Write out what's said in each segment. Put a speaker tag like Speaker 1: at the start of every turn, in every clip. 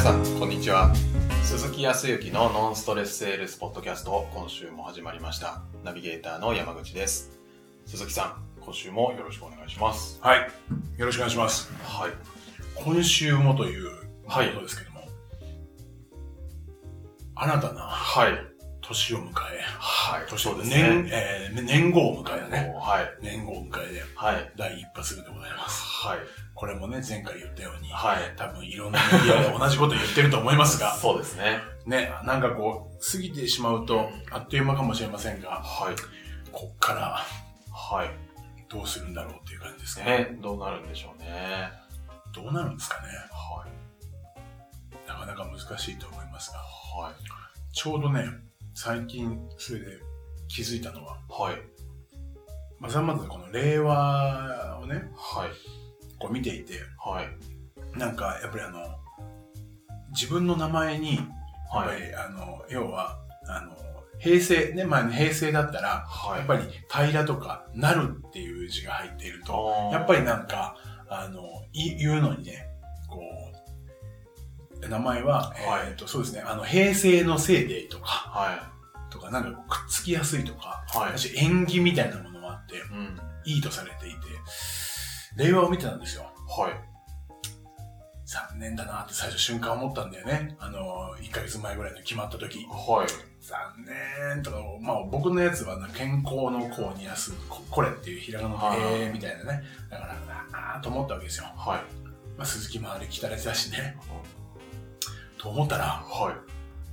Speaker 1: ちは鈴木康之のノンストレスセールスポッドキャスト今週も始まりましたナビゲーターの山口です鈴木さん今週もよろしくお願いします
Speaker 2: はい。よろしくお願いします。
Speaker 1: はい
Speaker 2: 今週もというこ
Speaker 1: はい
Speaker 2: とですけども、新たな
Speaker 1: はい
Speaker 2: 年を迎え、
Speaker 1: はい
Speaker 2: 年
Speaker 1: そうです
Speaker 2: 年
Speaker 1: ね、
Speaker 2: えー年号を迎えだね。
Speaker 1: もうはい
Speaker 2: 年号を迎えで、
Speaker 1: はい
Speaker 2: 第一発目でございます。
Speaker 1: はい
Speaker 2: これもね、前回言ったように、
Speaker 1: はい
Speaker 2: 多分いろんなメディアで同じこと言ってると思いますが、
Speaker 1: そうですね
Speaker 2: ね、なんかこう、過ぎてしまうと、あっという間かもしれませんが、
Speaker 1: はい
Speaker 2: こっから
Speaker 1: はい
Speaker 2: どうするんだろうっていう感じですね。
Speaker 1: ねどうなるんでしょうね
Speaker 2: どうなるんですかね。
Speaker 1: はい
Speaker 2: なかなか難しいと思いますが。
Speaker 1: はい
Speaker 2: ちょうどね、最近それで気づいたのは、
Speaker 1: はい
Speaker 2: まざまざこの令和をね、
Speaker 1: はい
Speaker 2: こう見ていて、
Speaker 1: はい
Speaker 2: なんかやっぱりあの、自分の名前に、やっぱ
Speaker 1: はい
Speaker 2: り、あの、要は、あの、平成、ね、前の平成だったら、
Speaker 1: はい
Speaker 2: やっぱり平とかなるっていう字が入っていると、
Speaker 1: あー
Speaker 2: やっぱりなんか、あの、い言うのにね、こう、名前は、
Speaker 1: はい
Speaker 2: えっと、そうですね、あの、平成のせいでとか、
Speaker 1: は
Speaker 2: とか、なんかこうくっつきやすいとか、
Speaker 1: いはい
Speaker 2: 私縁起みたいなものもあって
Speaker 1: うん
Speaker 2: いいとされていて令和を見てたんですよ
Speaker 1: はい
Speaker 2: 残念だなって最初瞬間思ったんだよねあの1ヶ月前ぐらいの決まった時
Speaker 1: はい
Speaker 2: 残念とか、まあ、僕のやつはな健康のこうにやすここれっていうひらがなの
Speaker 1: はい
Speaker 2: 「えー」みたいなねだからあーと思ったわけですよ、
Speaker 1: はい
Speaker 2: まあ、鈴木周り来たれてたしねと思ったら
Speaker 1: は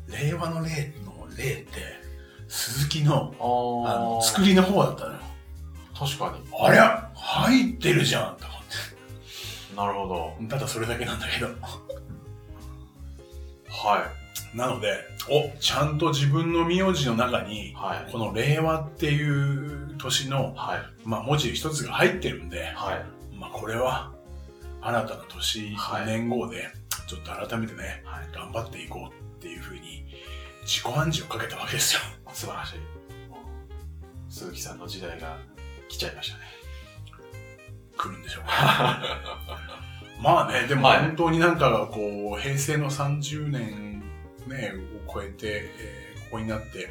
Speaker 1: い
Speaker 2: 令和の令の令って鈴木の
Speaker 1: あ
Speaker 2: あの
Speaker 1: ー
Speaker 2: 作りの方だったのよ
Speaker 1: 確かに
Speaker 2: ありゃ入ってるじゃんと思って
Speaker 1: なるほど
Speaker 2: ただそれだけなんだけど。
Speaker 1: は
Speaker 2: なので、お、ちゃんと自分の名字の中
Speaker 1: い
Speaker 2: に、
Speaker 1: はい
Speaker 2: この令和っていう年の、
Speaker 1: はい
Speaker 2: まあ、文字一つが入ってるんで、
Speaker 1: はい
Speaker 2: まあ、これは、新たな年、
Speaker 1: はい
Speaker 2: 年号で、ちょっと改めてね、
Speaker 1: はい
Speaker 2: 頑張っていこうっていうふうに、自己暗示をかけたわけですよ。
Speaker 1: 素晴らしい鈴木さんの時代が来ちゃいました ね
Speaker 2: 来るんでしょうか。まあね、でも
Speaker 1: はい
Speaker 2: 本当になんか、こう、平成の30年、ね、を超えて、えーここになって、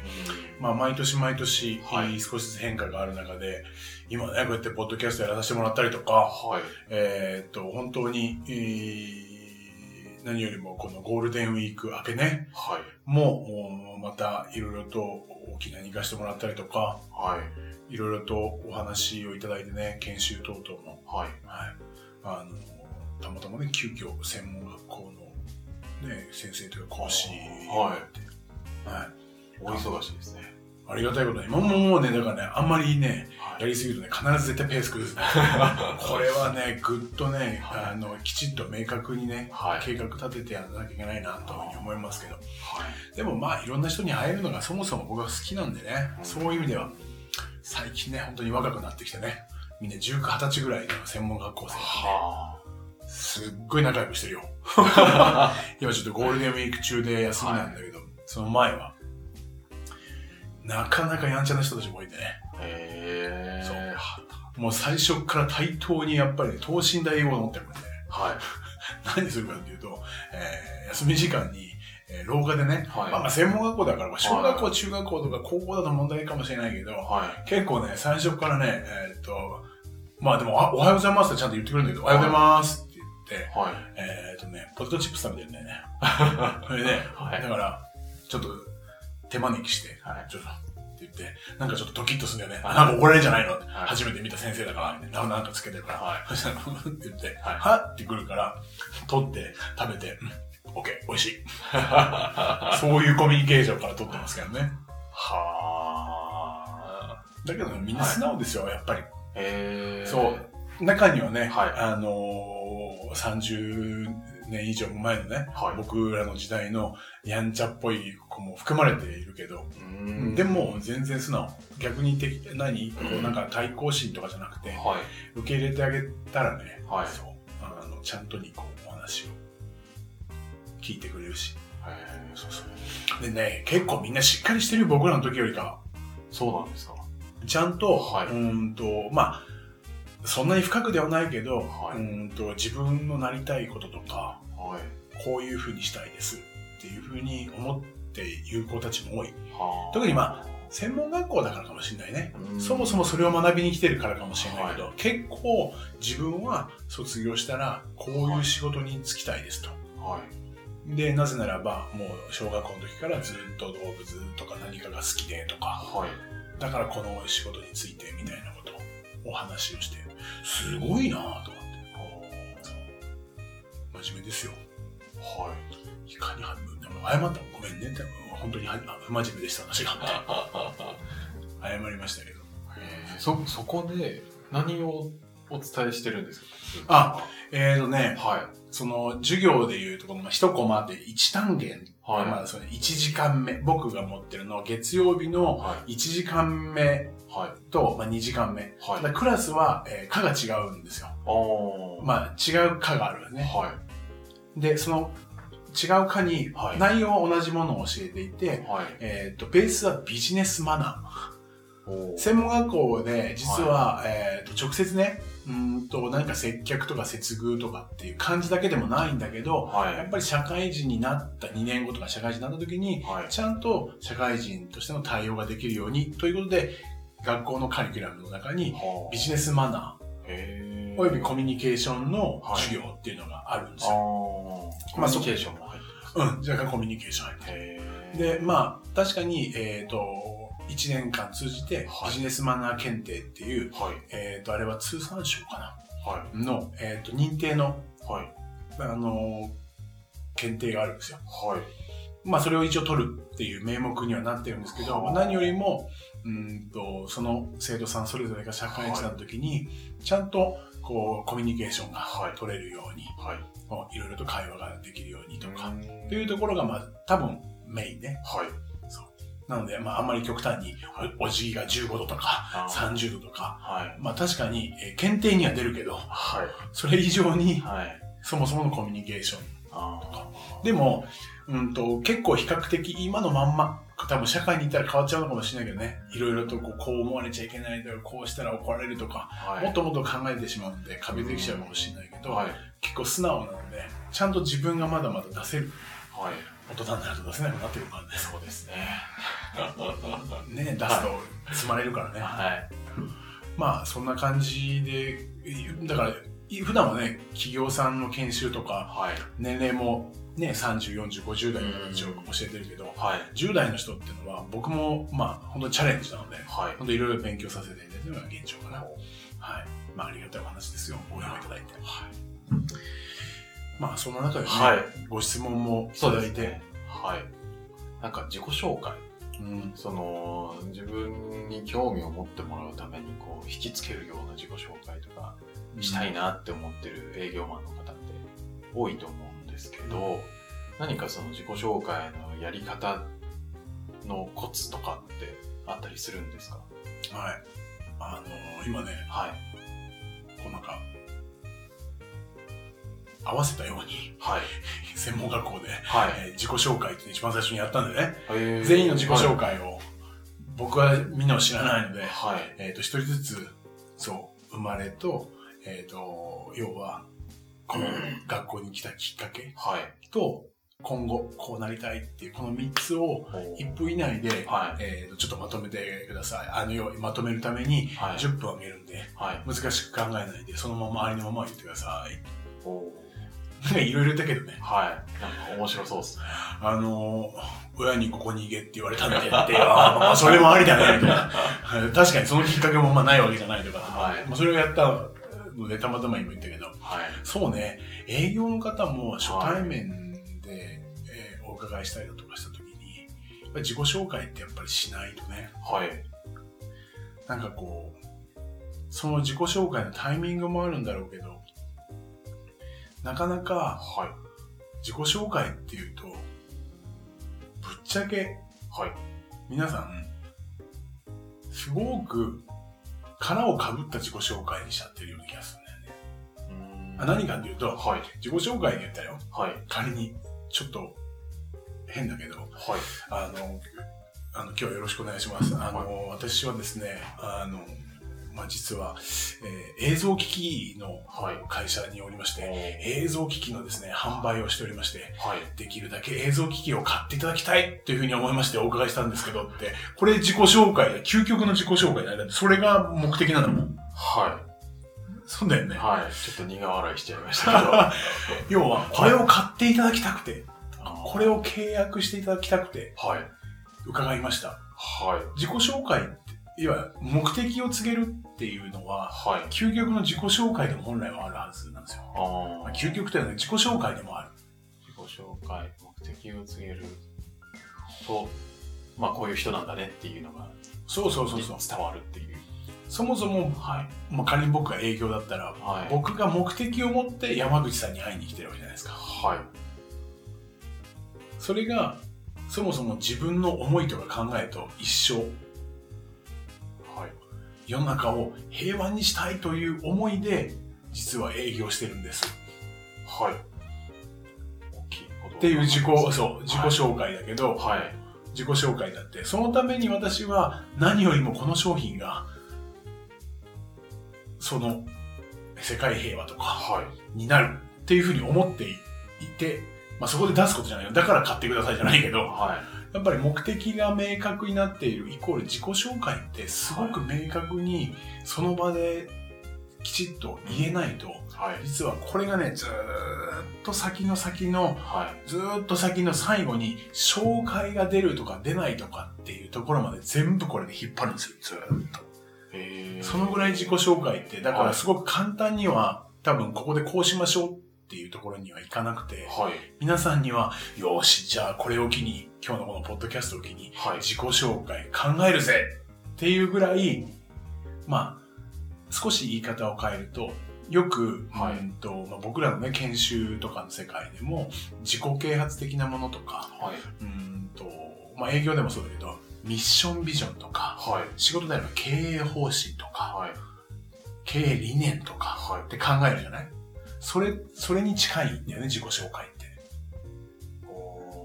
Speaker 2: まあ、毎年毎年、
Speaker 1: はい
Speaker 2: 少しずつ変化がある中で、今ね、こうやってポッドキャストやらさせてもらったりとか、
Speaker 1: はい
Speaker 2: えーっと、本当に、えー何よりもこのゴールデンウィーク明けね、
Speaker 1: はい
Speaker 2: もう、もうまたいろいろと大きなに行かせてもらったりとか、
Speaker 1: はい
Speaker 2: いろいろとお話をいただいてね、研修等々も、
Speaker 1: はい
Speaker 2: はい、あの、たまたまね、急遽専門学校のね、先生というか講師をやって、はい、
Speaker 1: お忙しいですね
Speaker 2: ありがたいことに、もうもうもうね、だからね、あんまりね、
Speaker 1: はい
Speaker 2: やりすぎるとね、必ず絶対ペース 崩す。これはね、ぐっとね、
Speaker 1: はい
Speaker 2: あの、きちっと明確にね、
Speaker 1: はい
Speaker 2: 計画立ててやらなきゃいけないな、というふうに思いますけど。
Speaker 1: はい
Speaker 2: でもまあ、いろんな人に会えるのがそもそも僕は好きなんでね、そういう意味では、最近ね、本当に若くなってきてね、みんな19、20歳ぐらいの専門学校生、
Speaker 1: は
Speaker 2: すっごい仲良くしてるよ。今ちょっとゴールデンウィーク中で休みなんだけど、その前は、なかなかやんちゃな人たちも多いんでね。
Speaker 1: あへえ
Speaker 2: そう
Speaker 1: はい
Speaker 2: もう最初から対等にやっぱりね等身大英語を持ってるんで、
Speaker 1: は
Speaker 2: 何するかっていうと、えー休み時間に、えー廊下でね、
Speaker 1: はい
Speaker 2: まあまあ専門学校だから、まあ小学校、
Speaker 1: は
Speaker 2: 中学校とか高校だと問題かもしれないけど、
Speaker 1: い
Speaker 2: 結構ね、最初からね、えーっと、まあでも、あおはようございますってちゃんと言ってくれるんだけど、おはようございますって言って、
Speaker 1: はい
Speaker 2: えーっとね、ポテトチップス食べてる んだよね。それで、
Speaker 1: はい
Speaker 2: だから、ちょっと手招きして、
Speaker 1: はい
Speaker 2: ちょっとって言って、なんかちょっとドキッとするんだよね。
Speaker 1: はい
Speaker 2: なんか怒られるんじゃないのって、
Speaker 1: はい
Speaker 2: 初めて見た先生だから、みたいななんかつけてるから、
Speaker 1: は
Speaker 2: そしたら、ふふって言って、
Speaker 1: はい
Speaker 2: はってくるから、取って、食べて、うんオッケー、美味しい。 そういうコミュニケーションから取ってますけどね。
Speaker 1: はあ
Speaker 2: だけどね、みんな素直ですよ、やっぱり。
Speaker 1: へえ
Speaker 2: そう中にはね、
Speaker 1: はい
Speaker 2: あのー、30年以上前のね、
Speaker 1: はい
Speaker 2: 僕らの時代のやんちゃっぽい子も含まれているけど、
Speaker 1: うーん
Speaker 2: でも全然素直逆に敵何こうなんか対抗心とかじゃなくて
Speaker 1: はい
Speaker 2: 受け入れてあげたらね、
Speaker 1: はい
Speaker 2: そうあのちゃんとにこうお話を聞いてくれるし
Speaker 1: へえそうそう
Speaker 2: でね結構みんなしっかりしてるよ僕らの時よりかは
Speaker 1: そうなんですか
Speaker 2: ちゃんと、
Speaker 1: はいう
Speaker 2: ーんとまあそんなに深くではないけど、
Speaker 1: はいう
Speaker 2: ーんと自分のなりたいこととか
Speaker 1: はい
Speaker 2: こういうふうにしたいですっっていうふうに思っている子たちも多い。
Speaker 1: はあ
Speaker 2: 特にまあ、専門学校だからかもしれないね。
Speaker 1: うん
Speaker 2: そもそもそれを学びに来てるからかもしれないけど、
Speaker 1: は
Speaker 2: 結構自分は卒業したらこういう仕事に就きたいですと。
Speaker 1: はい。
Speaker 2: で、なぜならばもう小学校の時からずっと動物とか何かが好きでとか、
Speaker 1: はい。
Speaker 2: だからこの仕事についてみたいなことをお話をして、すごいなぁと思って。真面目ですよ。
Speaker 1: はい
Speaker 2: かに半分でも謝ったもんごめんねって本当にはあ不真面目でした私がって
Speaker 1: い。
Speaker 2: 謝りましたけど
Speaker 1: えーそ、そこで何をお伝えしてるんですか
Speaker 2: あ、えーとね
Speaker 1: は
Speaker 2: その授業でいうとこの一コマで1単元、
Speaker 1: い。はい。
Speaker 2: まあその1時間目僕が持ってるのは月曜日の
Speaker 1: は
Speaker 2: 1時間目
Speaker 1: い。はい。
Speaker 2: と、まあ、2時間目
Speaker 1: は
Speaker 2: た
Speaker 1: い。
Speaker 2: だクラスは、えー科が違うんですよ
Speaker 1: あー
Speaker 2: まあ違う科があるよね
Speaker 1: は
Speaker 2: でその違う科に
Speaker 1: はい
Speaker 2: 内容は同じものを教えていて、
Speaker 1: い。はい。
Speaker 2: えー、とベースはビジネスマナー
Speaker 1: おー
Speaker 2: 専門学校で実は、えー、と直接ねうーんと何か接客とか接遇とかっていう感じだけでもないんだけど
Speaker 1: はい。
Speaker 2: やっぱり社会人になった2年後とか社会人になった時に
Speaker 1: はい。
Speaker 2: ちゃんと社会人としての対応ができるようにということで学校のカリキュラムの中に
Speaker 1: はあ
Speaker 2: ビジネスマナ
Speaker 1: へ
Speaker 2: ー
Speaker 1: ー
Speaker 2: およびコミュニケーションの
Speaker 1: はい
Speaker 2: 授業っていうのがあるんです
Speaker 1: あー
Speaker 2: よ。
Speaker 1: コミ
Speaker 2: まあ
Speaker 1: ュ
Speaker 2: そ
Speaker 1: ニケーションも入って
Speaker 2: うん、じゃあコミュニケーション入ってる
Speaker 1: る。
Speaker 2: でまあ確かに、えー、と1年間通じて
Speaker 1: はい
Speaker 2: ビジネスマナー検定っていう、
Speaker 1: あ、はい。
Speaker 2: えー、とあれは通産省かな
Speaker 1: は
Speaker 2: の、えー、と認定の、
Speaker 1: い。はい。
Speaker 2: あのー検定があるんですよ。
Speaker 1: はい。
Speaker 2: まあ、それを一応取るっていう名目にはなってるんですけど、
Speaker 1: はあ
Speaker 2: 何よりも、うーんと、その生徒さんそれぞれが社会人の時に、ちゃんと、こう、コミュニケーションが
Speaker 1: はい
Speaker 2: 取れるように、
Speaker 1: はい。
Speaker 2: こういろいろと会話ができるようにとか、
Speaker 1: うん
Speaker 2: というところが、まあ、多分、メインね。
Speaker 1: はい。
Speaker 2: なので、まあ、あんまり極端に、おお辞儀が15度とか、
Speaker 1: あー
Speaker 2: 30度とか、
Speaker 1: はい。
Speaker 2: まあ、確かに、えー検定には出るけど、
Speaker 1: は
Speaker 2: それ以上
Speaker 1: い。
Speaker 2: に、
Speaker 1: はい。
Speaker 2: そもそものコミュニケーション
Speaker 1: あ
Speaker 2: でも、うんと、結構比較的今のまんま、多分社会にいたら変わっちゃうのかもしれないけどね、いろいろとこうこう思われちゃいけないとか、こうしたら怒られるとか、
Speaker 1: ーはい。
Speaker 2: もっともっと考えてしまうんで、壁できちゃうかもしれないけど、
Speaker 1: はい。
Speaker 2: 結構素直なので、ちゃんと自分がまだまだ出せる、
Speaker 1: はい。
Speaker 2: 大人になると出せなくなってるからね。
Speaker 1: そうです ね。
Speaker 2: ね、出すと積まれるからね。
Speaker 1: はい。
Speaker 2: まあ、そんな感じで、だから、い普段はね、企業さんの研修とか、
Speaker 1: はい。
Speaker 2: 年齢もね、30、40、50代の人たちを教えてるけど、
Speaker 1: はい。
Speaker 2: 10代の人っていうのは僕もまあ本当にチャレンジなので
Speaker 1: はい。
Speaker 2: 本当いろいろ勉強させていただいてるのが現状かなはいまあありがたいお話ですよご応援いただいてまあそんな中でね、
Speaker 1: はい。
Speaker 2: ご質問もい
Speaker 1: そ
Speaker 2: た
Speaker 1: う
Speaker 2: だ
Speaker 1: で
Speaker 2: い
Speaker 1: す
Speaker 2: て、
Speaker 1: ね。はい。なんか自己紹介。
Speaker 2: うん、
Speaker 1: その、自分に興味を持ってもらうために、こう、引きつけるような自己紹介とか、したいなって思ってる営業マンの方って多いと思うんですけど、何かその自己紹介のやり方のコツとかってあったりするんですか
Speaker 2: はいあのー今ね
Speaker 1: はい。
Speaker 2: こうなんか合わせたように
Speaker 1: はい。
Speaker 2: 専門学校で、
Speaker 1: はい。
Speaker 2: えー自己紹介って一番最初にやったんでね
Speaker 1: えー
Speaker 2: 全員の自己紹介を、僕はみんなを知らないので
Speaker 1: はい。
Speaker 2: えー、と一人ずつそう生まれと,、えー、と要はこの学校に来たきっかけ
Speaker 1: はい。
Speaker 2: と今後こうなりたいっていうこの3つを
Speaker 1: はい。
Speaker 2: 1分以内で、
Speaker 1: は
Speaker 2: えー、とちょっとまとめてくださいあのようまとめるために
Speaker 1: はい
Speaker 2: 10分あげるんで、
Speaker 1: はい。
Speaker 2: 難しく考えないでそのままありのまま言ってください
Speaker 1: おー
Speaker 2: なんかいろいろ言ったけどね
Speaker 1: はい。なんか面白そうですね。
Speaker 2: あのー親にここに行けって言われたんだけどって、あーまあそれもありだね、みたいな。確かにそのきっかけもまあないわけじゃないとか、
Speaker 1: はい
Speaker 2: まあそれをやったので、たまたま今言ったけど、
Speaker 1: はい。
Speaker 2: そうね、営業の方も初対面で、えーお伺いしたりだとかした時に、やっぱり自己紹介ってやっぱりしないとね、
Speaker 1: はい。
Speaker 2: なんかこう、その自己紹介のタイミングもあるんだろうけど、なかなか
Speaker 1: はい。
Speaker 2: 自己紹介っていうと、ぶっちゃけ
Speaker 1: はい。
Speaker 2: 皆さん、すごく殻をかぶった自己紹介にしちゃってるような気がするんだよね。あ何かっていうと、
Speaker 1: はい。
Speaker 2: 自己紹介で言ったよ。
Speaker 1: はい。
Speaker 2: 仮に、ちょっと、変だけど、
Speaker 1: はい。
Speaker 2: あの、あの今日はよろしくお願いします。あの、私はですね、あの、まあ、実は、えー映像機器の
Speaker 1: はい
Speaker 2: 会社におりまして、
Speaker 1: え
Speaker 2: 映像機器のですね、販売をしておりまして、
Speaker 1: はい。
Speaker 2: できるだけ映像機器を買っていただきたいというふうに思いましてお伺いしたんですけどって、これ自己紹介で、究極の自己紹介であれだって、それが目的なんだもん。
Speaker 1: は
Speaker 2: そうだよね。
Speaker 1: い。はい。ちょっと苦笑いしちゃいましたけどあ
Speaker 2: 要は、これを買っていただきたくて、
Speaker 1: の。
Speaker 2: これを契約していただきたくて、
Speaker 1: はい。
Speaker 2: 伺いました。
Speaker 1: はい。
Speaker 2: 自己紹介って、いわゆる目的を告げるっていうのは、
Speaker 1: はい。
Speaker 2: 究極の自己紹介でも本来はあるはずなんですよ。
Speaker 1: あ
Speaker 2: ま
Speaker 1: あ。
Speaker 2: あ
Speaker 1: 自
Speaker 2: 究極というのは自己紹介でもある。
Speaker 1: 己紹介、目的を告げると、まあこういう人なんだねっていうのが
Speaker 2: そうそうそうそう。
Speaker 1: 伝わるっていう。
Speaker 2: そもそも、
Speaker 1: はい。
Speaker 2: まあ、仮に僕が営業だったら、
Speaker 1: はい。
Speaker 2: 僕が目的を持って山口さんに会いに来てるわけじゃないですか。
Speaker 1: はい。
Speaker 2: それが、そもそも自分の思いとか考えと一緒。
Speaker 1: はい。
Speaker 2: 世の中を平和にしたいという思いで、実は営業してるんです。
Speaker 1: はい。大きいこと。
Speaker 2: っていう自己、そう、自己
Speaker 1: はい
Speaker 2: 紹介だけど、
Speaker 1: はい。
Speaker 2: 自己紹介だって、そのために私は何よりもこの商品が、その、世界平和とか、
Speaker 1: はい。
Speaker 2: になるっていうふうに思っていて、まあ、そこで出すことじゃないよ。だから買ってくださいじゃないけど、
Speaker 1: はい。
Speaker 2: やっぱり目的が明確になっているイコール自己紹介ってすごく明確にその場できちっと言えないと、
Speaker 1: はい。
Speaker 2: 実はこれがね、ずーっと先の先の、
Speaker 1: はい。
Speaker 2: ずーっと先の最後に紹介が出るとか出ないとかっていうところまで全部これで引っ張るんですよ、ずーっと。
Speaker 1: えー
Speaker 2: そのぐらい自己紹介って、だからすごく簡単には、多分ここでこうしましょうっていうところにはいかなくて、
Speaker 1: はい。
Speaker 2: 皆さんには、よーし、じゃあこれを機に、今日のこのポッドキャストを機に、
Speaker 1: はい。
Speaker 2: 自己紹介考えるぜっていうぐらい、まあ、少し言い方を変えると、よく、
Speaker 1: はい
Speaker 2: うんとまあ、僕らのね、研修とかの世界でも、自己啓発的なものとか、
Speaker 1: はい。
Speaker 2: うんと、まあ営業でもそうだけど、ミッションビジョンとか、
Speaker 1: はい。
Speaker 2: 仕事であれば経営方針とか、
Speaker 1: はい。
Speaker 2: 経営理念とか
Speaker 1: はい
Speaker 2: っ。て考えるじゃないそれ、それに近いんだよね、自己紹介って。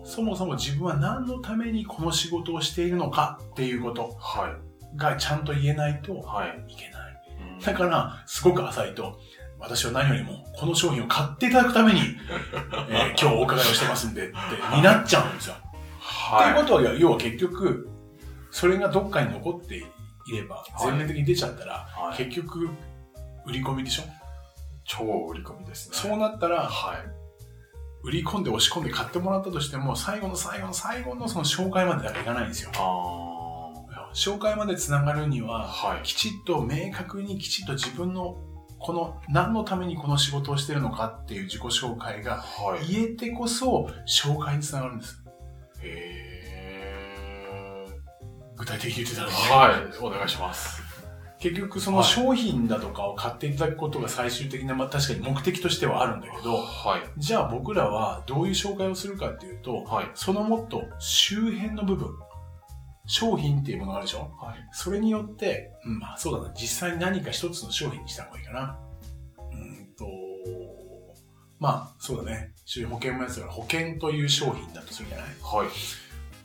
Speaker 2: そもそも自分は何のためにこの仕事をしているのかっていうこと
Speaker 1: はい。
Speaker 2: がちゃんと言えないと
Speaker 1: はい。
Speaker 2: いけない。
Speaker 1: うん
Speaker 2: だから、すごく浅いと、私は何よりもこの商品を買っていただくため に、えー今日お伺いをしてますんでって、になっちゃうんですよ。
Speaker 1: はい。
Speaker 2: っていうことは、要は結局、それがどっかに残っていれば、
Speaker 1: はい
Speaker 2: 全面的に出ちゃったら、
Speaker 1: はい
Speaker 2: 結局、売り込みでしょ
Speaker 1: 超売り込みですね。
Speaker 2: そうなったら、
Speaker 1: はい。
Speaker 2: 売り込んで押し込んで買ってもらったとしても、最後の最後の最後のその紹介までだけいかないんですよ。
Speaker 1: あー
Speaker 2: 紹介までつながるには、
Speaker 1: はい。
Speaker 2: きちっと明確にきちっと自分のこの何のためにこの仕事をしてるのかっていう自己紹介が
Speaker 1: はい。
Speaker 2: 言えてこそ紹介につながるんです。
Speaker 1: え
Speaker 2: 具体的に言ってた
Speaker 1: ー。
Speaker 2: らね。
Speaker 1: はい。お願いします。
Speaker 2: 結局その商品だとかを買っていただくことが最終的な、まあ確かに目的としてはあるんだけど、
Speaker 1: はい。
Speaker 2: じゃあ僕らはどういう紹介をするかっていうと、
Speaker 1: はい。
Speaker 2: そのもっと周辺の部分、商品っていうものがあるでしょ
Speaker 1: はい。
Speaker 2: それによって、うん、まあそうだな、実際に何か一つの商品にした方がいいかな。うーんと、まあそうだね、周囲保険もやつが保険という商品だとするじゃない
Speaker 1: はい。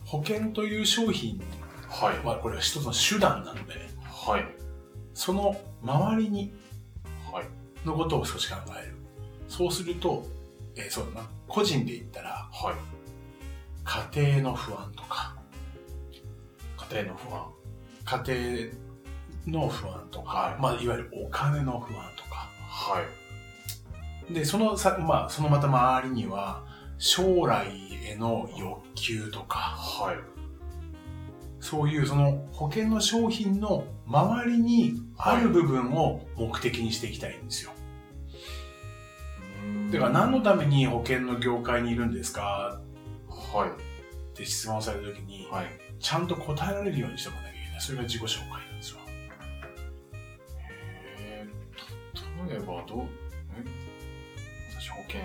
Speaker 2: 保険という商品
Speaker 1: はい。
Speaker 2: はこれは一つの手段なので、
Speaker 1: はい。
Speaker 2: その周りに
Speaker 1: はい。
Speaker 2: のことを少し考える。そうすると、えーそうだな、個人で言ったら、
Speaker 1: はい。
Speaker 2: 家庭の不安とか、
Speaker 1: 家庭の不安。
Speaker 2: 家庭の不安とか、
Speaker 1: はい
Speaker 2: まあ、いわゆるお金の不安とか
Speaker 1: はい。
Speaker 2: でそのさ、まあ、そのまた周りには将来への欲求とか
Speaker 1: はい。
Speaker 2: そういうその保険の商品の周りにある部分を目的にしていきたいんですよ。だから何のために保険の業界にいるんですか
Speaker 1: は
Speaker 2: って質問された時に
Speaker 1: い。、はい。
Speaker 2: ちゃんと答えられるようにしておかなきゃいけない。それが自己紹介なんですよ。
Speaker 1: えー例えばどうえ私保険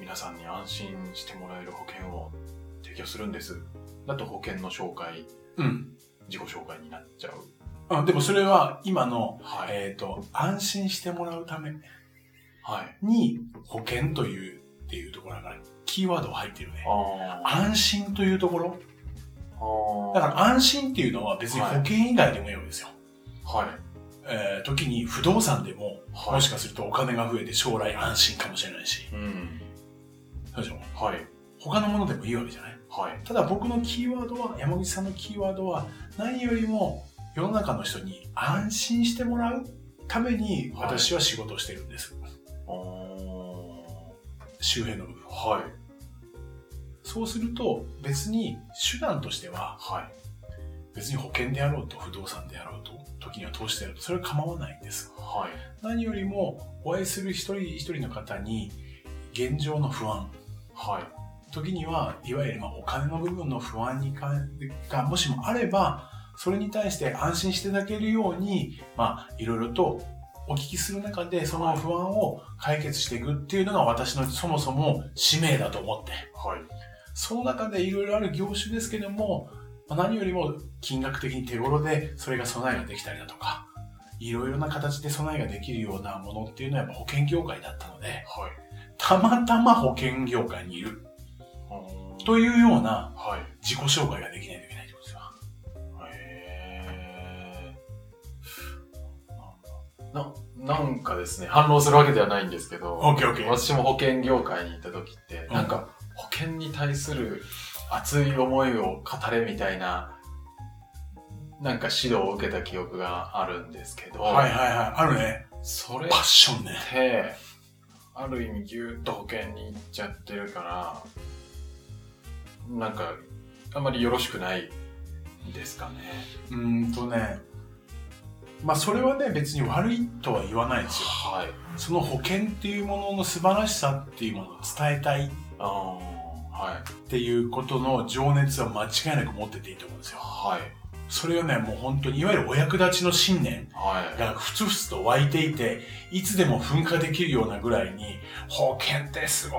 Speaker 1: 皆さんに安心してもらえる保険を提供するんですだと保険の紹介
Speaker 2: うん。
Speaker 1: 自己紹介になっちゃう
Speaker 2: あでもそれは今の、
Speaker 1: はい、
Speaker 2: えっ、と、安心してもらうため
Speaker 1: はい
Speaker 2: に保険というっていうところだからキーワードが入ってるね
Speaker 1: あ
Speaker 2: 安心というところ
Speaker 1: あ
Speaker 2: だから安心っていうのは別に保険以外でもいいわけですよ、
Speaker 1: はい
Speaker 2: えー時に不動産でも、
Speaker 1: はい
Speaker 2: もしかするとお金が増えて将来安心かもしれないし、
Speaker 1: うん。
Speaker 2: そうでしょ
Speaker 1: はい。
Speaker 2: 他のものでもいいわけじゃない
Speaker 1: はい。
Speaker 2: ただ僕のキーワードは、山口さんのキーワードは、何よりも世の中の人に安心してもらうために、
Speaker 1: はい
Speaker 2: 私は仕事をしてるんです。
Speaker 1: お
Speaker 2: 周辺の部分。
Speaker 1: ー。はい。
Speaker 2: そうすると、別に手段としては、
Speaker 1: はい。
Speaker 2: 別に保険であろうと不動産であろうと時には投資であろうとそれは構わないんです
Speaker 1: はい。
Speaker 2: 何よりもお会いする一人一人の方に現状の不安
Speaker 1: はい。
Speaker 2: 時にはいわゆるまあお金の部分の不安にかがもしもあればそれに対して安心していただけるようにまあいろいろとお聞きする中でその不安を解決していくっていうのが私のそもそも使命だと思って
Speaker 1: はい。
Speaker 2: その中でいろいろある業種ですけども、まあ何よりも金額的に手頃で、それが備えができたりだとか、いろいろな形で備えができるようなものっていうのはやっぱ保険業界だったので、
Speaker 1: はい。
Speaker 2: たまたま保険業界にいる
Speaker 1: おー
Speaker 2: というような
Speaker 1: はい。
Speaker 2: 自己紹介ができないといけないってことですよ。
Speaker 1: へーななんかですね、反論するわけではないんですけど、
Speaker 2: オッケーオッケー
Speaker 1: 私も保険業界に行った時って、
Speaker 2: うん
Speaker 1: なんか保険に対する熱い思いを語れみたいな、なんか指導を受けた記憶があるんですけど、
Speaker 2: はいはいはい。あるね。
Speaker 1: それっ
Speaker 2: パッションね。
Speaker 1: て、ある意味ぎゅーっと保険に行っちゃってるから、なんか、あんまりよろしくないですかね。
Speaker 2: うーんとね。まあそれはね、別に悪いとは言わないですよ。
Speaker 1: はい。
Speaker 2: その保険っていうものの素晴らしさっていうものを伝えたい
Speaker 1: ああ、はい。
Speaker 2: っていうことの情熱は間違いなく持ってていいと思うんですよ。
Speaker 1: はい。
Speaker 2: それはね、もう本当に、いわゆるお役立ちの信念
Speaker 1: はい。
Speaker 2: がふつふつと湧いていて、いつでも噴火できるようなぐらいに、保険ってすご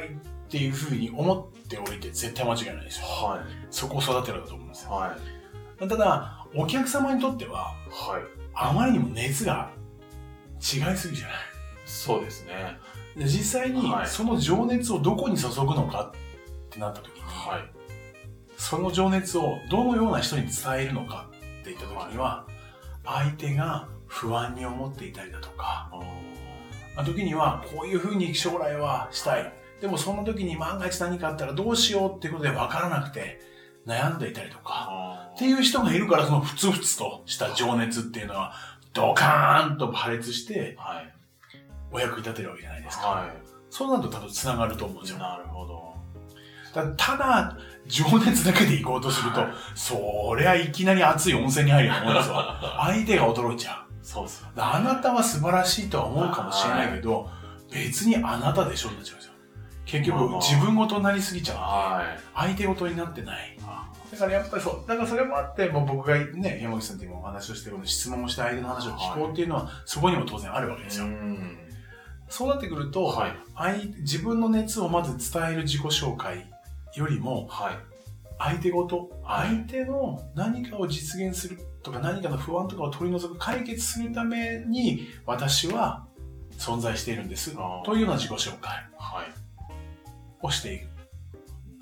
Speaker 2: いっていうふうに思っておいて絶対間違いないですよ。
Speaker 1: は
Speaker 2: そこを育てるんだと思うんです
Speaker 1: い。
Speaker 2: よ。
Speaker 1: はい。
Speaker 2: ただ、お客様にとっては、
Speaker 1: はい。
Speaker 2: あまりにも熱が違いすぎじゃない
Speaker 1: そうですね。
Speaker 2: で実際に
Speaker 1: はい
Speaker 2: その情熱をどこに注ぐのかってなった時に、
Speaker 1: はい。
Speaker 2: その情熱をどのような人に伝えるのかっていった時には、相手が不安に思っていたりだとか、
Speaker 1: あ
Speaker 2: まあ時にはこういうふうに将来はしたい。でもその時に万が一何かあったらどうしようってことで分からなくて悩んでいたりとか、
Speaker 1: あ
Speaker 2: っていう人がいるからそのふつふつとした情熱っていうのはドカーンと破裂して
Speaker 1: はい。
Speaker 2: お役に立てるわけじゃないですか。
Speaker 1: は
Speaker 2: そうなると多分繋がると思うんです
Speaker 1: い。
Speaker 2: よ。
Speaker 1: なるほど。
Speaker 2: だただ、情熱だけで行こうとすると、
Speaker 1: はい
Speaker 2: そりゃいきなり熱い温泉に入ると思うんですよ。相手が驚いちゃ
Speaker 1: そうっすよね
Speaker 2: う。あなたは素晴らしいとは思うかもしれないけど、別にあなたでしょになっちゃうんですよ。結局、
Speaker 1: まあ
Speaker 2: 自分ごとになりすぎちゃ
Speaker 1: は
Speaker 2: う。相手ごとになってない。
Speaker 1: い。あ
Speaker 2: だからやっぱりそう、だからそれもあって、もう僕がね、山口さんと今お話をしてるような質問をして相手の話を聞こうっていうのは、そこにも当然あるわけです
Speaker 1: う
Speaker 2: よ。
Speaker 1: ん。
Speaker 2: そうなってくると、
Speaker 1: はい。
Speaker 2: 相手自分の熱をまず伝える自己紹介よりも、
Speaker 1: はい。
Speaker 2: 相手ごと、
Speaker 1: はい
Speaker 2: 相手の何かを実現するとか何かの不安とかを取り除く解決するために私は存在しているんです
Speaker 1: あー
Speaker 2: というような自己紹介
Speaker 1: はい。
Speaker 2: をしていく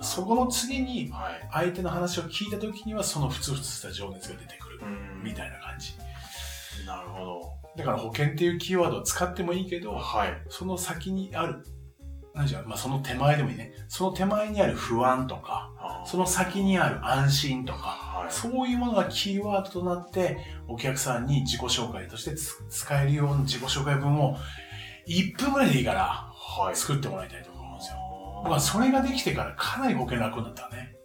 Speaker 2: そこの次に
Speaker 1: はい。
Speaker 2: 相手の話を聞いた時にはそのふつふつした情熱が出てくる
Speaker 1: うん
Speaker 2: みたいな感じ
Speaker 1: なるほ
Speaker 2: だから保険っていうキーワードを使ってもいいけ
Speaker 1: ど。
Speaker 2: ど
Speaker 1: はい。
Speaker 2: その先にある何じゃ、まあ、その手前でもいいねその手前にある不安とか
Speaker 1: あー
Speaker 2: その先にある安心とか
Speaker 1: はい。
Speaker 2: そういうものがキーワードとなって、お客さんに自己紹介としてつ使えるような自己紹介文を1分ぐらいでいいから
Speaker 1: はい。
Speaker 2: 作ってもらいたいと思うんですよ。僕
Speaker 1: あ
Speaker 2: はそれができてからかなり保険楽になったね。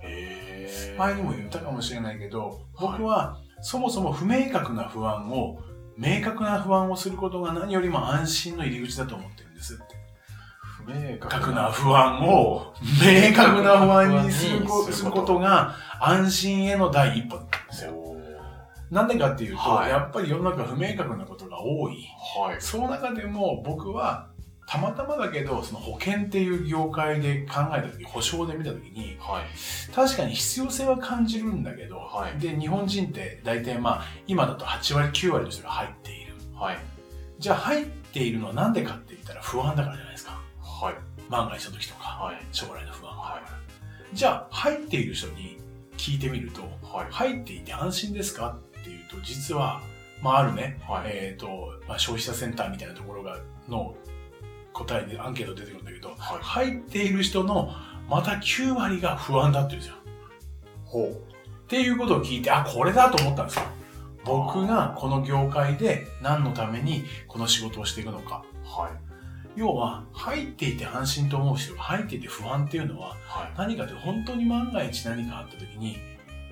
Speaker 1: ーへー
Speaker 2: 前にも言ったかもしれないけど、僕はそもそも不明確な不安を、明確な不安をすることが何よりも安心の入り口だと思ってるんですって。
Speaker 1: 不明
Speaker 2: 明確
Speaker 1: 確
Speaker 2: な
Speaker 1: な。
Speaker 2: 不安を、明確な不安にするこすることが安心への第一歩なんですよ。
Speaker 1: おー
Speaker 2: なんでかっていうと、
Speaker 1: はい
Speaker 2: やっぱり世の中不明確なことが多い。
Speaker 1: はい。
Speaker 2: その中でも僕は、たまたまだけど、その保険っていう業界で考えた時、保証で見た時に、
Speaker 1: はい。
Speaker 2: 確かに必要性は感じるんだけど、
Speaker 1: はい
Speaker 2: で、日本人って大体まあ、今だと8割、9割の人が入っている。
Speaker 1: はい。
Speaker 2: じゃあ入っているのはなんでかって言ったら不安だからじゃないですか。
Speaker 1: はい。
Speaker 2: 万が一の時とか、
Speaker 1: はい。
Speaker 2: 将来の不安が。
Speaker 1: は
Speaker 2: じゃあ入っている人に聞いてみると、
Speaker 1: い。はい。
Speaker 2: 入っていて安心ですかっていうと実はまあ、あるね、
Speaker 1: はい。
Speaker 2: えーとまあ、消費者センターみたいなところがの答えでアンケート出てくるんだけど
Speaker 1: はい。
Speaker 2: 入っている人のまた9割が不安だって言うんですよ。
Speaker 1: ほう。
Speaker 2: っていうことを聞いて、あ、これだと思ったんですよ。僕がこの業界で何のためにこの仕事をしていくのか。
Speaker 1: はい。
Speaker 2: 要は、入っていて安心と思う人が入っていて不安っていうのは、
Speaker 1: はい。
Speaker 2: 何かって本当に万が一何かあった時に、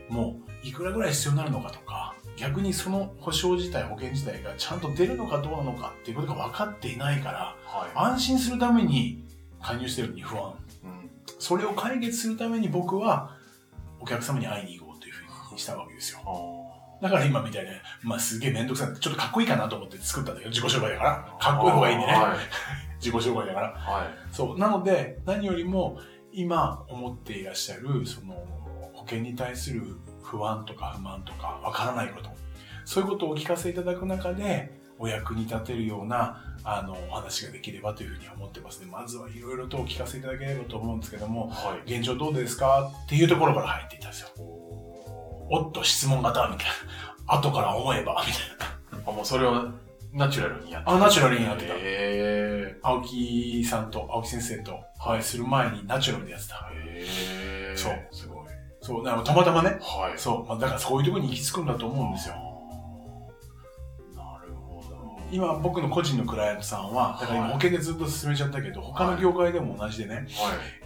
Speaker 2: もういくらぐらい必要になるのかとか、逆にその保証自体、保険自体がちゃんと出るのかどうなのかっていうことが分かっていないから、
Speaker 1: は
Speaker 2: 安心するために加入してるのに不安。
Speaker 1: い。うん。
Speaker 2: それを解決するために僕はお客様に会いに行こうというふうにしたわけですよ。
Speaker 1: あー
Speaker 2: だから今みたいな、まあすげえめんどくさい。ちょっとかっこいいかなと思って作ったんだけど、自己紹介だから。かっこいい方がいいんでね。
Speaker 1: はい。
Speaker 2: 自己紹介だから。
Speaker 1: はい。
Speaker 2: そう。なので、何よりも今思っていらっしゃる、その、保険に対する不安とか不満とかわからないこと。そういうことをお聞かせいただく中で、お役に立てるような、あの、お話ができればというふうに思ってますね。まずはいろいろとお聞かせいただければと思うんですけども、
Speaker 1: はい。
Speaker 2: 現状どうですかっていうところから入っていったんですよ。
Speaker 1: お
Speaker 2: おっと、質問型みたいな。後から思えば、みたいな。
Speaker 1: あ、もうそれをナチュラルにやって
Speaker 2: あナチュラルにやってた
Speaker 1: へ
Speaker 2: 青木さんと、青木先生とお会いする前にナチュラルでやってた
Speaker 1: ー。。へー。
Speaker 2: そう
Speaker 1: すごい。
Speaker 2: そう、だからたまたまね。
Speaker 1: はい。
Speaker 2: そう、まあ、だからそういうところに行き着くんだと思うんですよ。
Speaker 1: あーなるほど。
Speaker 2: 今、僕の個人のクライアントさんは、だから今
Speaker 1: はい
Speaker 2: 保険でずっと進めちゃったけど、他の業界でも同じでね、
Speaker 1: はい。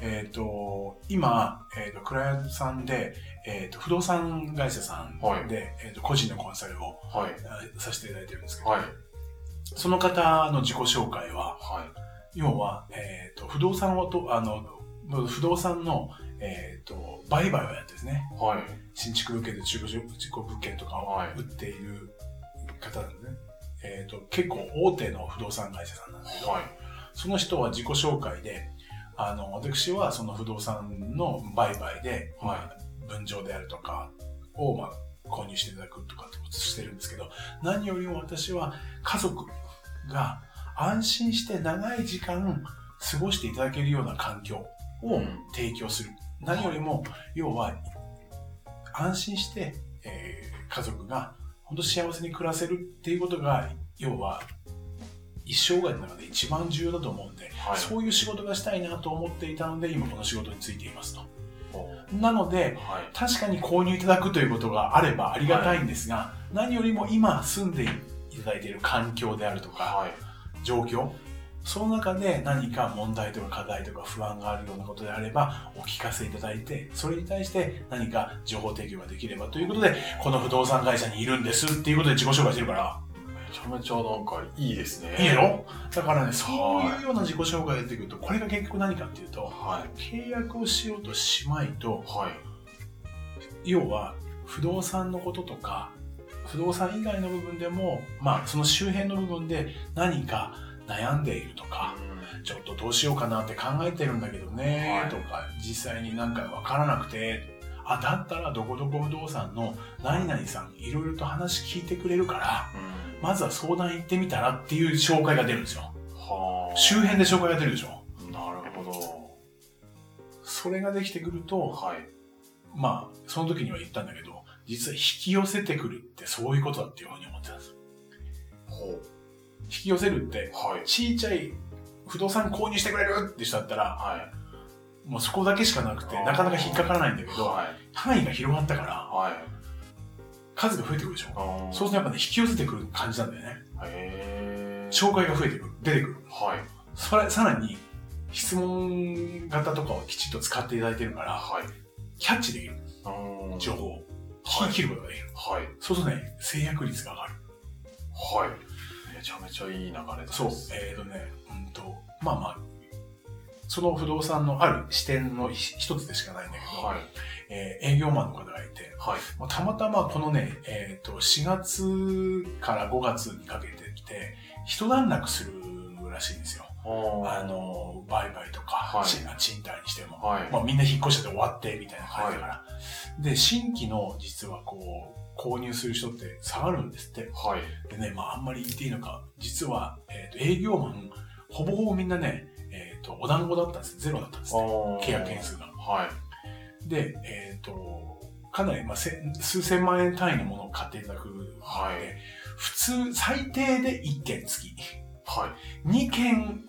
Speaker 2: えっ、と、今、えーと、クライアントさんで、えーと、不動産会社さんで、
Speaker 1: はい
Speaker 2: えーと個人のコンサルを
Speaker 1: はい。
Speaker 2: あさせていただいてるんですけど、
Speaker 1: はい。
Speaker 2: その方の自己紹介は、
Speaker 1: はい。
Speaker 2: 要は、えー、と不動産をとあの不動産の、えー、と売買をやってですね
Speaker 1: はい。
Speaker 2: 新築物件で中古物件とかを
Speaker 1: はい
Speaker 2: 売っている方なんでね、えー、と結構大手の不動産会社さんなんですけど、
Speaker 1: はい。
Speaker 2: その人は自己紹介であの私はその不動産の売買で、
Speaker 1: はい
Speaker 2: まあ分譲であるとかを、まあ、購入していただくとかってことしてるんですけど何よりも私は家族が安心して長い時間過ごしていただけるような環境を
Speaker 1: うん
Speaker 2: 提供する、何よりも要は安心して、えー家族が本当幸せに暮らせるっていうことが要は一生涯の中で一番重要だと思うんで、
Speaker 1: はい
Speaker 2: そういう仕事がしたいなと思っていたので今この仕事についていますと
Speaker 1: お
Speaker 2: なので
Speaker 1: はい。
Speaker 2: 確かに購入いただくということがあればありがたいんですが、何よりも今住んでいただいている環境であるとか
Speaker 1: はい。
Speaker 2: 状況その中で何か問題とか課題とか不安があるようなことであればお聞かせいただいてそれに対して何か情報提供ができればということでこの不動産会社にいるんですっていうことで自己紹介してるから
Speaker 1: めちゃめちゃなんかいいですね。
Speaker 2: いいやろだからねそう
Speaker 1: はい
Speaker 2: いうような自己紹介が出てくるとこれが結局何かっていうと
Speaker 1: は
Speaker 2: 契約をしようとしまいと
Speaker 1: い。はい。
Speaker 2: 要は不動産のこととか不動産以外の部分でもまあその周辺の部分で何か悩んでいるとか
Speaker 1: うん
Speaker 2: ちょっとどうしようかなって考えてるんだけど
Speaker 1: は
Speaker 2: ね
Speaker 1: い
Speaker 2: とか実際になんか分からなくてあだったらどこどこ不動産の何々さんいろいろと話聞いてくれるから
Speaker 1: うん
Speaker 2: まずは相談行ってみたらっていう紹介が出るんですよ
Speaker 1: はあ。
Speaker 2: 周辺で紹介が出るでしょ
Speaker 1: なるほ
Speaker 2: それができてくると
Speaker 1: ど。はい。
Speaker 2: まあ、その時には言ったんだけど、実は引き寄せてくるってそういうことだっていうふうに思ってたんです。
Speaker 1: ほう。
Speaker 2: 引き寄せるって、
Speaker 1: はい。
Speaker 2: ちいちゃい不動産購入してくれるって人だったら、
Speaker 1: は
Speaker 2: もうそこだけしかなくて、
Speaker 1: あー
Speaker 2: なかなか引っかからないんだ
Speaker 1: い。
Speaker 2: けど、
Speaker 1: はい。
Speaker 2: 範囲が広がったから、
Speaker 1: はい。
Speaker 2: 数が増えてくるでしょ。
Speaker 1: あー
Speaker 2: そうするとやっぱね、引き寄せてくる感じなんだよね。
Speaker 1: へー
Speaker 2: 紹介が増えてくる、出てくる。
Speaker 1: はい。
Speaker 2: それ、さらに、質問型とかをきちっと使っていただいてるから、
Speaker 1: はい。
Speaker 2: キャッチできる
Speaker 1: うん
Speaker 2: 情報を
Speaker 1: はい
Speaker 2: 聞き切ることができる。
Speaker 1: はい。
Speaker 2: そうするとね、制約率が上がる。
Speaker 1: はい。めちゃめちゃいい流れです。
Speaker 2: そう、えっ、とね、うんと、まあまあ、その不動産のある視点の一一つでしかないんだけど、
Speaker 1: はい。
Speaker 2: えー営業マンの方がいて、
Speaker 1: はい。
Speaker 2: まあたまたまこのね、えっ、と、4月から5月にかけてって、一段落するらしいんですよ。あ
Speaker 1: あ
Speaker 2: の、売買とか、
Speaker 1: はい
Speaker 2: 賃賃貸にしても。
Speaker 1: ーはい。
Speaker 2: まあ、みんな引っ越してて終わってみたいな感じだから。で、新規の実はこう、購入する人って下がるんですって。
Speaker 1: はい。
Speaker 2: でね、まあ、あんまり言っていいのか、実は、えーと営業マン、ほぼほぼみんなね、えーとお団子だったんです、ゼロだったんです、ね、契
Speaker 1: 契
Speaker 2: 約件。数が。
Speaker 1: はい。
Speaker 2: で、えーとかなり、まあ、せ数千万円単位のものを買っていただくので、
Speaker 1: はい
Speaker 2: 普通、最低で1件付き。
Speaker 1: はい。
Speaker 2: 2件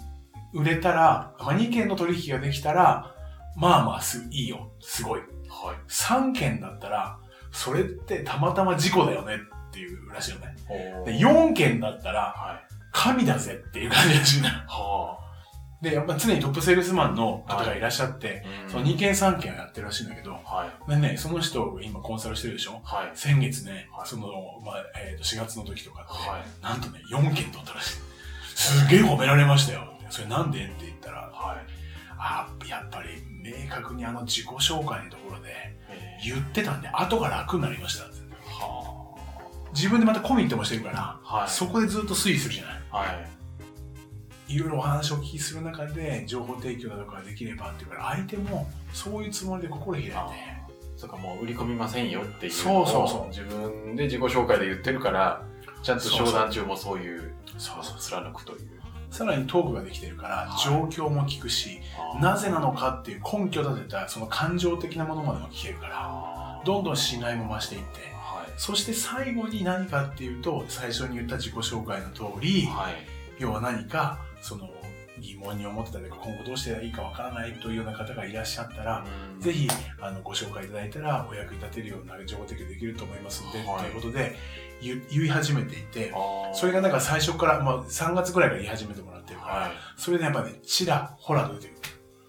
Speaker 2: 売れたら、まあ、2件の取引ができたら、まあまあす、いいよ。すごい。
Speaker 1: はい。
Speaker 2: 3件だったら、それってたまたま事故だよねっていうらしいよね。
Speaker 1: おー
Speaker 2: で、4件だったら、
Speaker 1: はい。
Speaker 2: 神だぜっていう感じらしいな。
Speaker 1: は
Speaker 2: で、やっぱ常にトップセールスマンの方がいらっしゃって、
Speaker 1: あ。うん
Speaker 2: その2件3件をやってるらしいんだけど、
Speaker 1: はい。
Speaker 2: でね、その人今コンサルしてるでしょ
Speaker 1: はい。
Speaker 2: 先月ね
Speaker 1: は、い
Speaker 2: その、まあ、えっ、と、4月の時とかって、
Speaker 1: はい。
Speaker 2: なんとね、4件取ったらしい。すげえ褒められましたよ。それなんでって言ったら、
Speaker 1: はい。
Speaker 2: あ、やっぱり明確にあの自己紹介のところで
Speaker 1: え
Speaker 2: 言ってたんで、後が楽になりましたって。
Speaker 1: ーは
Speaker 2: 自分でまたコミットもしてるから、
Speaker 1: あ。はい。
Speaker 2: そこでずっと推移するじゃない
Speaker 1: はい。
Speaker 2: いろいろお話をお聞きする中で情報提供だとかができればっていうから相手もそういうつもりで心開いて
Speaker 1: あそうか、もう売り込みませんよっていう
Speaker 2: そうそうそう
Speaker 1: 自分で自己紹介で言ってるから、ちゃんと
Speaker 2: そうそう
Speaker 1: 商談中もそういう、
Speaker 2: そうそう
Speaker 1: 貫くという。
Speaker 2: さらにトークができてるから
Speaker 1: はい
Speaker 2: 状況も聞くし、
Speaker 1: あー
Speaker 2: なぜなのかっていう根拠を立てたその感情的なものまでも聞けるから
Speaker 1: あー
Speaker 2: どんどん信頼も増していって
Speaker 1: はい。
Speaker 2: そして最後に何かっていうと最初に言った自己紹介の通り
Speaker 1: はい。
Speaker 2: 要は何かその疑問に思ってたりとか今後どうしたらいいかわからないというような方がいらっしゃったら、
Speaker 1: うん
Speaker 2: ぜひあのご紹介いただいたらお役に立てるような情報提供できると思いますので、
Speaker 1: はい
Speaker 2: ということで言言い始めていて
Speaker 1: あー
Speaker 2: それがなんか最初から、まあ、3月ぐらいから言い始めてもらってるから、
Speaker 1: はい。
Speaker 2: それでやっぱねちらほらと出てくる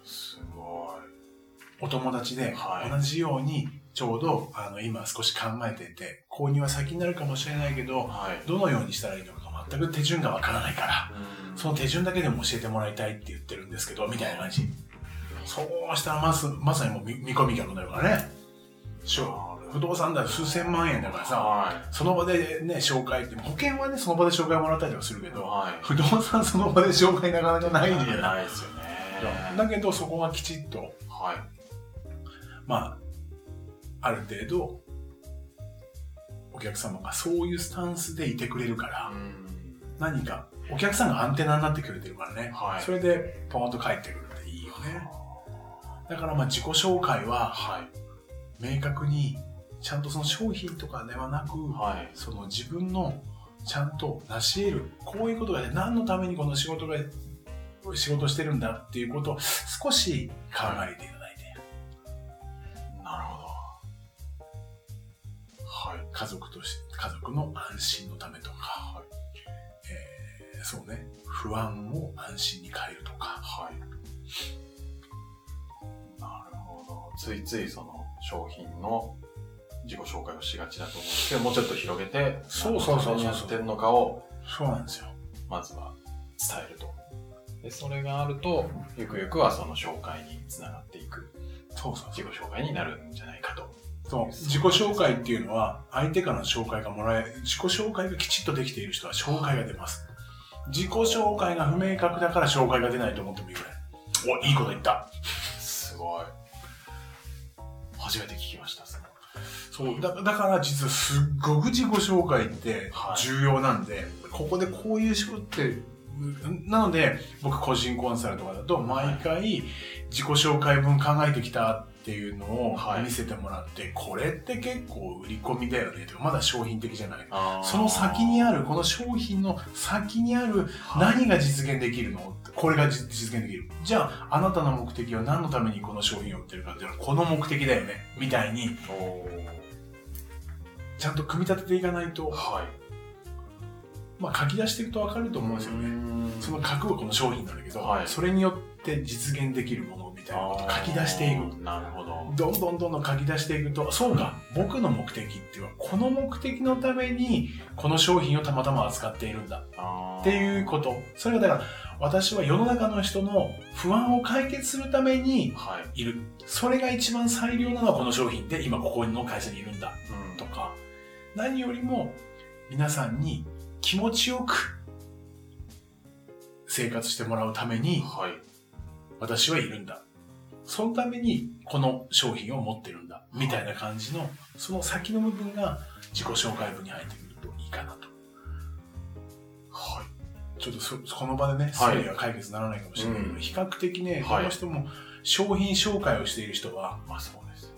Speaker 1: すごい。
Speaker 2: お友達で
Speaker 1: はい
Speaker 2: 同じようにちょうどあの今少し考えていて購入は先になるかもしれないけど
Speaker 1: はい。
Speaker 2: どのようにしたらいいのか全く手順がわからないから
Speaker 1: うん
Speaker 2: その手順だけでも教えてもらいたいって言ってるんですけどみたいな感じそうしたらまずまさにもう見見込み客になるからねしょ不動産だと数千万円だからさ
Speaker 1: は
Speaker 2: その場でね紹介って保険はねその場で紹介もらったりとかするけ
Speaker 1: い。
Speaker 2: ど
Speaker 1: はい。
Speaker 2: 不動産その場で紹介なかなかないんじゃない
Speaker 1: ないですよね。
Speaker 2: だけどそこがきちっと
Speaker 1: はい。
Speaker 2: まあある程度お客様がそういうスタンスでいてくれるから
Speaker 1: うん
Speaker 2: 何かお客さんがアンテナになってくれてるからね、
Speaker 1: はい
Speaker 2: それでパワッと返ってくるっていいよねだからまあ自己紹介は
Speaker 1: はい。
Speaker 2: 明確にちゃんとその商品とかではなく、
Speaker 1: はい。
Speaker 2: その自分のちゃんと成し得るこういうことがね何のためにこの仕事が仕事してるんだっていうことを少し考えていただいて
Speaker 1: なるほど。はい。
Speaker 2: 家族とし家族の安心のためとか、えーそうね不安を安心に変えるとか
Speaker 1: はい。なるほど。ついついその商品の自己紹介をしがちだと思うんですけど、もうちょっと広げて、
Speaker 2: そうそうそうそ
Speaker 1: 何のため
Speaker 2: う
Speaker 1: にやってるのかを、
Speaker 2: そうなんですよ
Speaker 1: まずは伝えると。で、それがあると、ゆくゆくはその紹介につながっていく、
Speaker 2: そうそう
Speaker 1: 自己紹介になるんじゃないかと。
Speaker 2: そう自己紹介っていうのは相手からの紹介がもらえ自己紹介がきちっとできている人は紹介が出ます自己紹介が不明確だから紹介が出ないと思ってもいいぐらいおいいこと言った
Speaker 1: すごい。初めて聞きました、その。
Speaker 2: そうだだから実はすっごく自己紹介って
Speaker 1: はい
Speaker 2: 重要なんで、ここでこういう仕事ってうんなので僕個人コンサルとかだと毎回自己紹介文考えてきたっていうのを
Speaker 1: はい
Speaker 2: 見せてもらって、これって結構売り込みだよねとかまだ商品的じゃないそ
Speaker 1: そ
Speaker 2: の
Speaker 1: の
Speaker 2: 先
Speaker 1: 先
Speaker 2: に
Speaker 1: にあ
Speaker 2: あるこの商品の先にある
Speaker 1: 何
Speaker 2: 何が実現できるのこれが実実現できるじゃああなたの目的は何のためにこの商品を売ってるかっていうのはこの目的だよねみたいにちゃんと組み立てていかないと、
Speaker 1: はい。
Speaker 2: まあ、書き出していくと分かると思うんですよねその核はこの商品なんだけど、
Speaker 1: はい
Speaker 2: それによって実現できるものみたいなことを書き出していく
Speaker 1: あーなるほど。
Speaker 2: どんどんどんどん書き出していくとそうか僕の目的っていうのはこの目的のためにこの商品をたまたま扱っているんだっていう
Speaker 1: と。
Speaker 2: ことそれはだから私は世の中の人の不安を解決するために
Speaker 1: はい。
Speaker 2: いるそれが一番最良なのはこの商品で今ここの会社にいるんだ
Speaker 1: うん
Speaker 2: とか何よりも皆さんに気持ちよく生活してもらうために
Speaker 1: はい。
Speaker 2: 私はいるんだそのためにこの商品を持ってるんだみたいな感じのその先の部分が自己紹介文に入ってくるといいかなと
Speaker 1: は
Speaker 2: ちょっとそこの場でね、
Speaker 1: はい
Speaker 2: 整理は解決ならないかもしれないけど、
Speaker 1: うん
Speaker 2: 比較的ね、
Speaker 1: はい。、
Speaker 2: どうしても商品紹介をしている人はい
Speaker 1: まあそうです。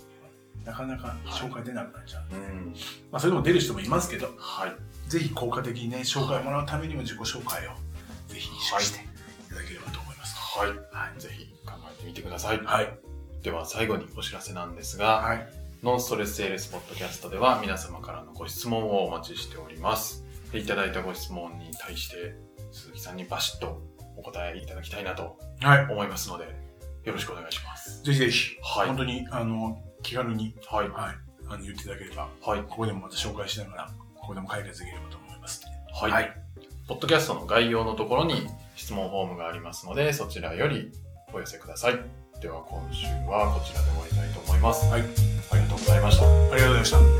Speaker 2: なかなか紹介出なくなっちゃう。
Speaker 1: うん。
Speaker 2: まあ、それでも出る人もいますけど、
Speaker 1: はい。
Speaker 2: ぜひ効果的にね、紹介もらうためにも自己紹介をぜひ意識していただければと思います。
Speaker 1: はい。
Speaker 2: はい。
Speaker 1: ぜひ考えてみてください。
Speaker 2: はい。
Speaker 1: では最後にお知らせなんですが、
Speaker 2: はい。
Speaker 1: ノンストレスセールスポッドキャストでは皆様からのご質問をお待ちしております。でいただいたご質問に対して鈴木さんにバシッとお答えいただきたいなと
Speaker 2: はい。
Speaker 1: 思いますので、よろしくお願いします。
Speaker 2: ぜひぜひ、
Speaker 1: はい
Speaker 2: 本当に、あの、気軽に、
Speaker 1: はい。
Speaker 2: はい。あの、言っていただければ、
Speaker 1: はい。
Speaker 2: ここでもまた紹介しながら、ここでも解決できればと思います。
Speaker 1: はい。ポッドキャストの概要のところに質問フォームがありますので、そちらよりお寄せください。では今週はこちらで終わりたいと思います。
Speaker 2: はい
Speaker 1: ありがとうございました。
Speaker 2: ありがとうございました。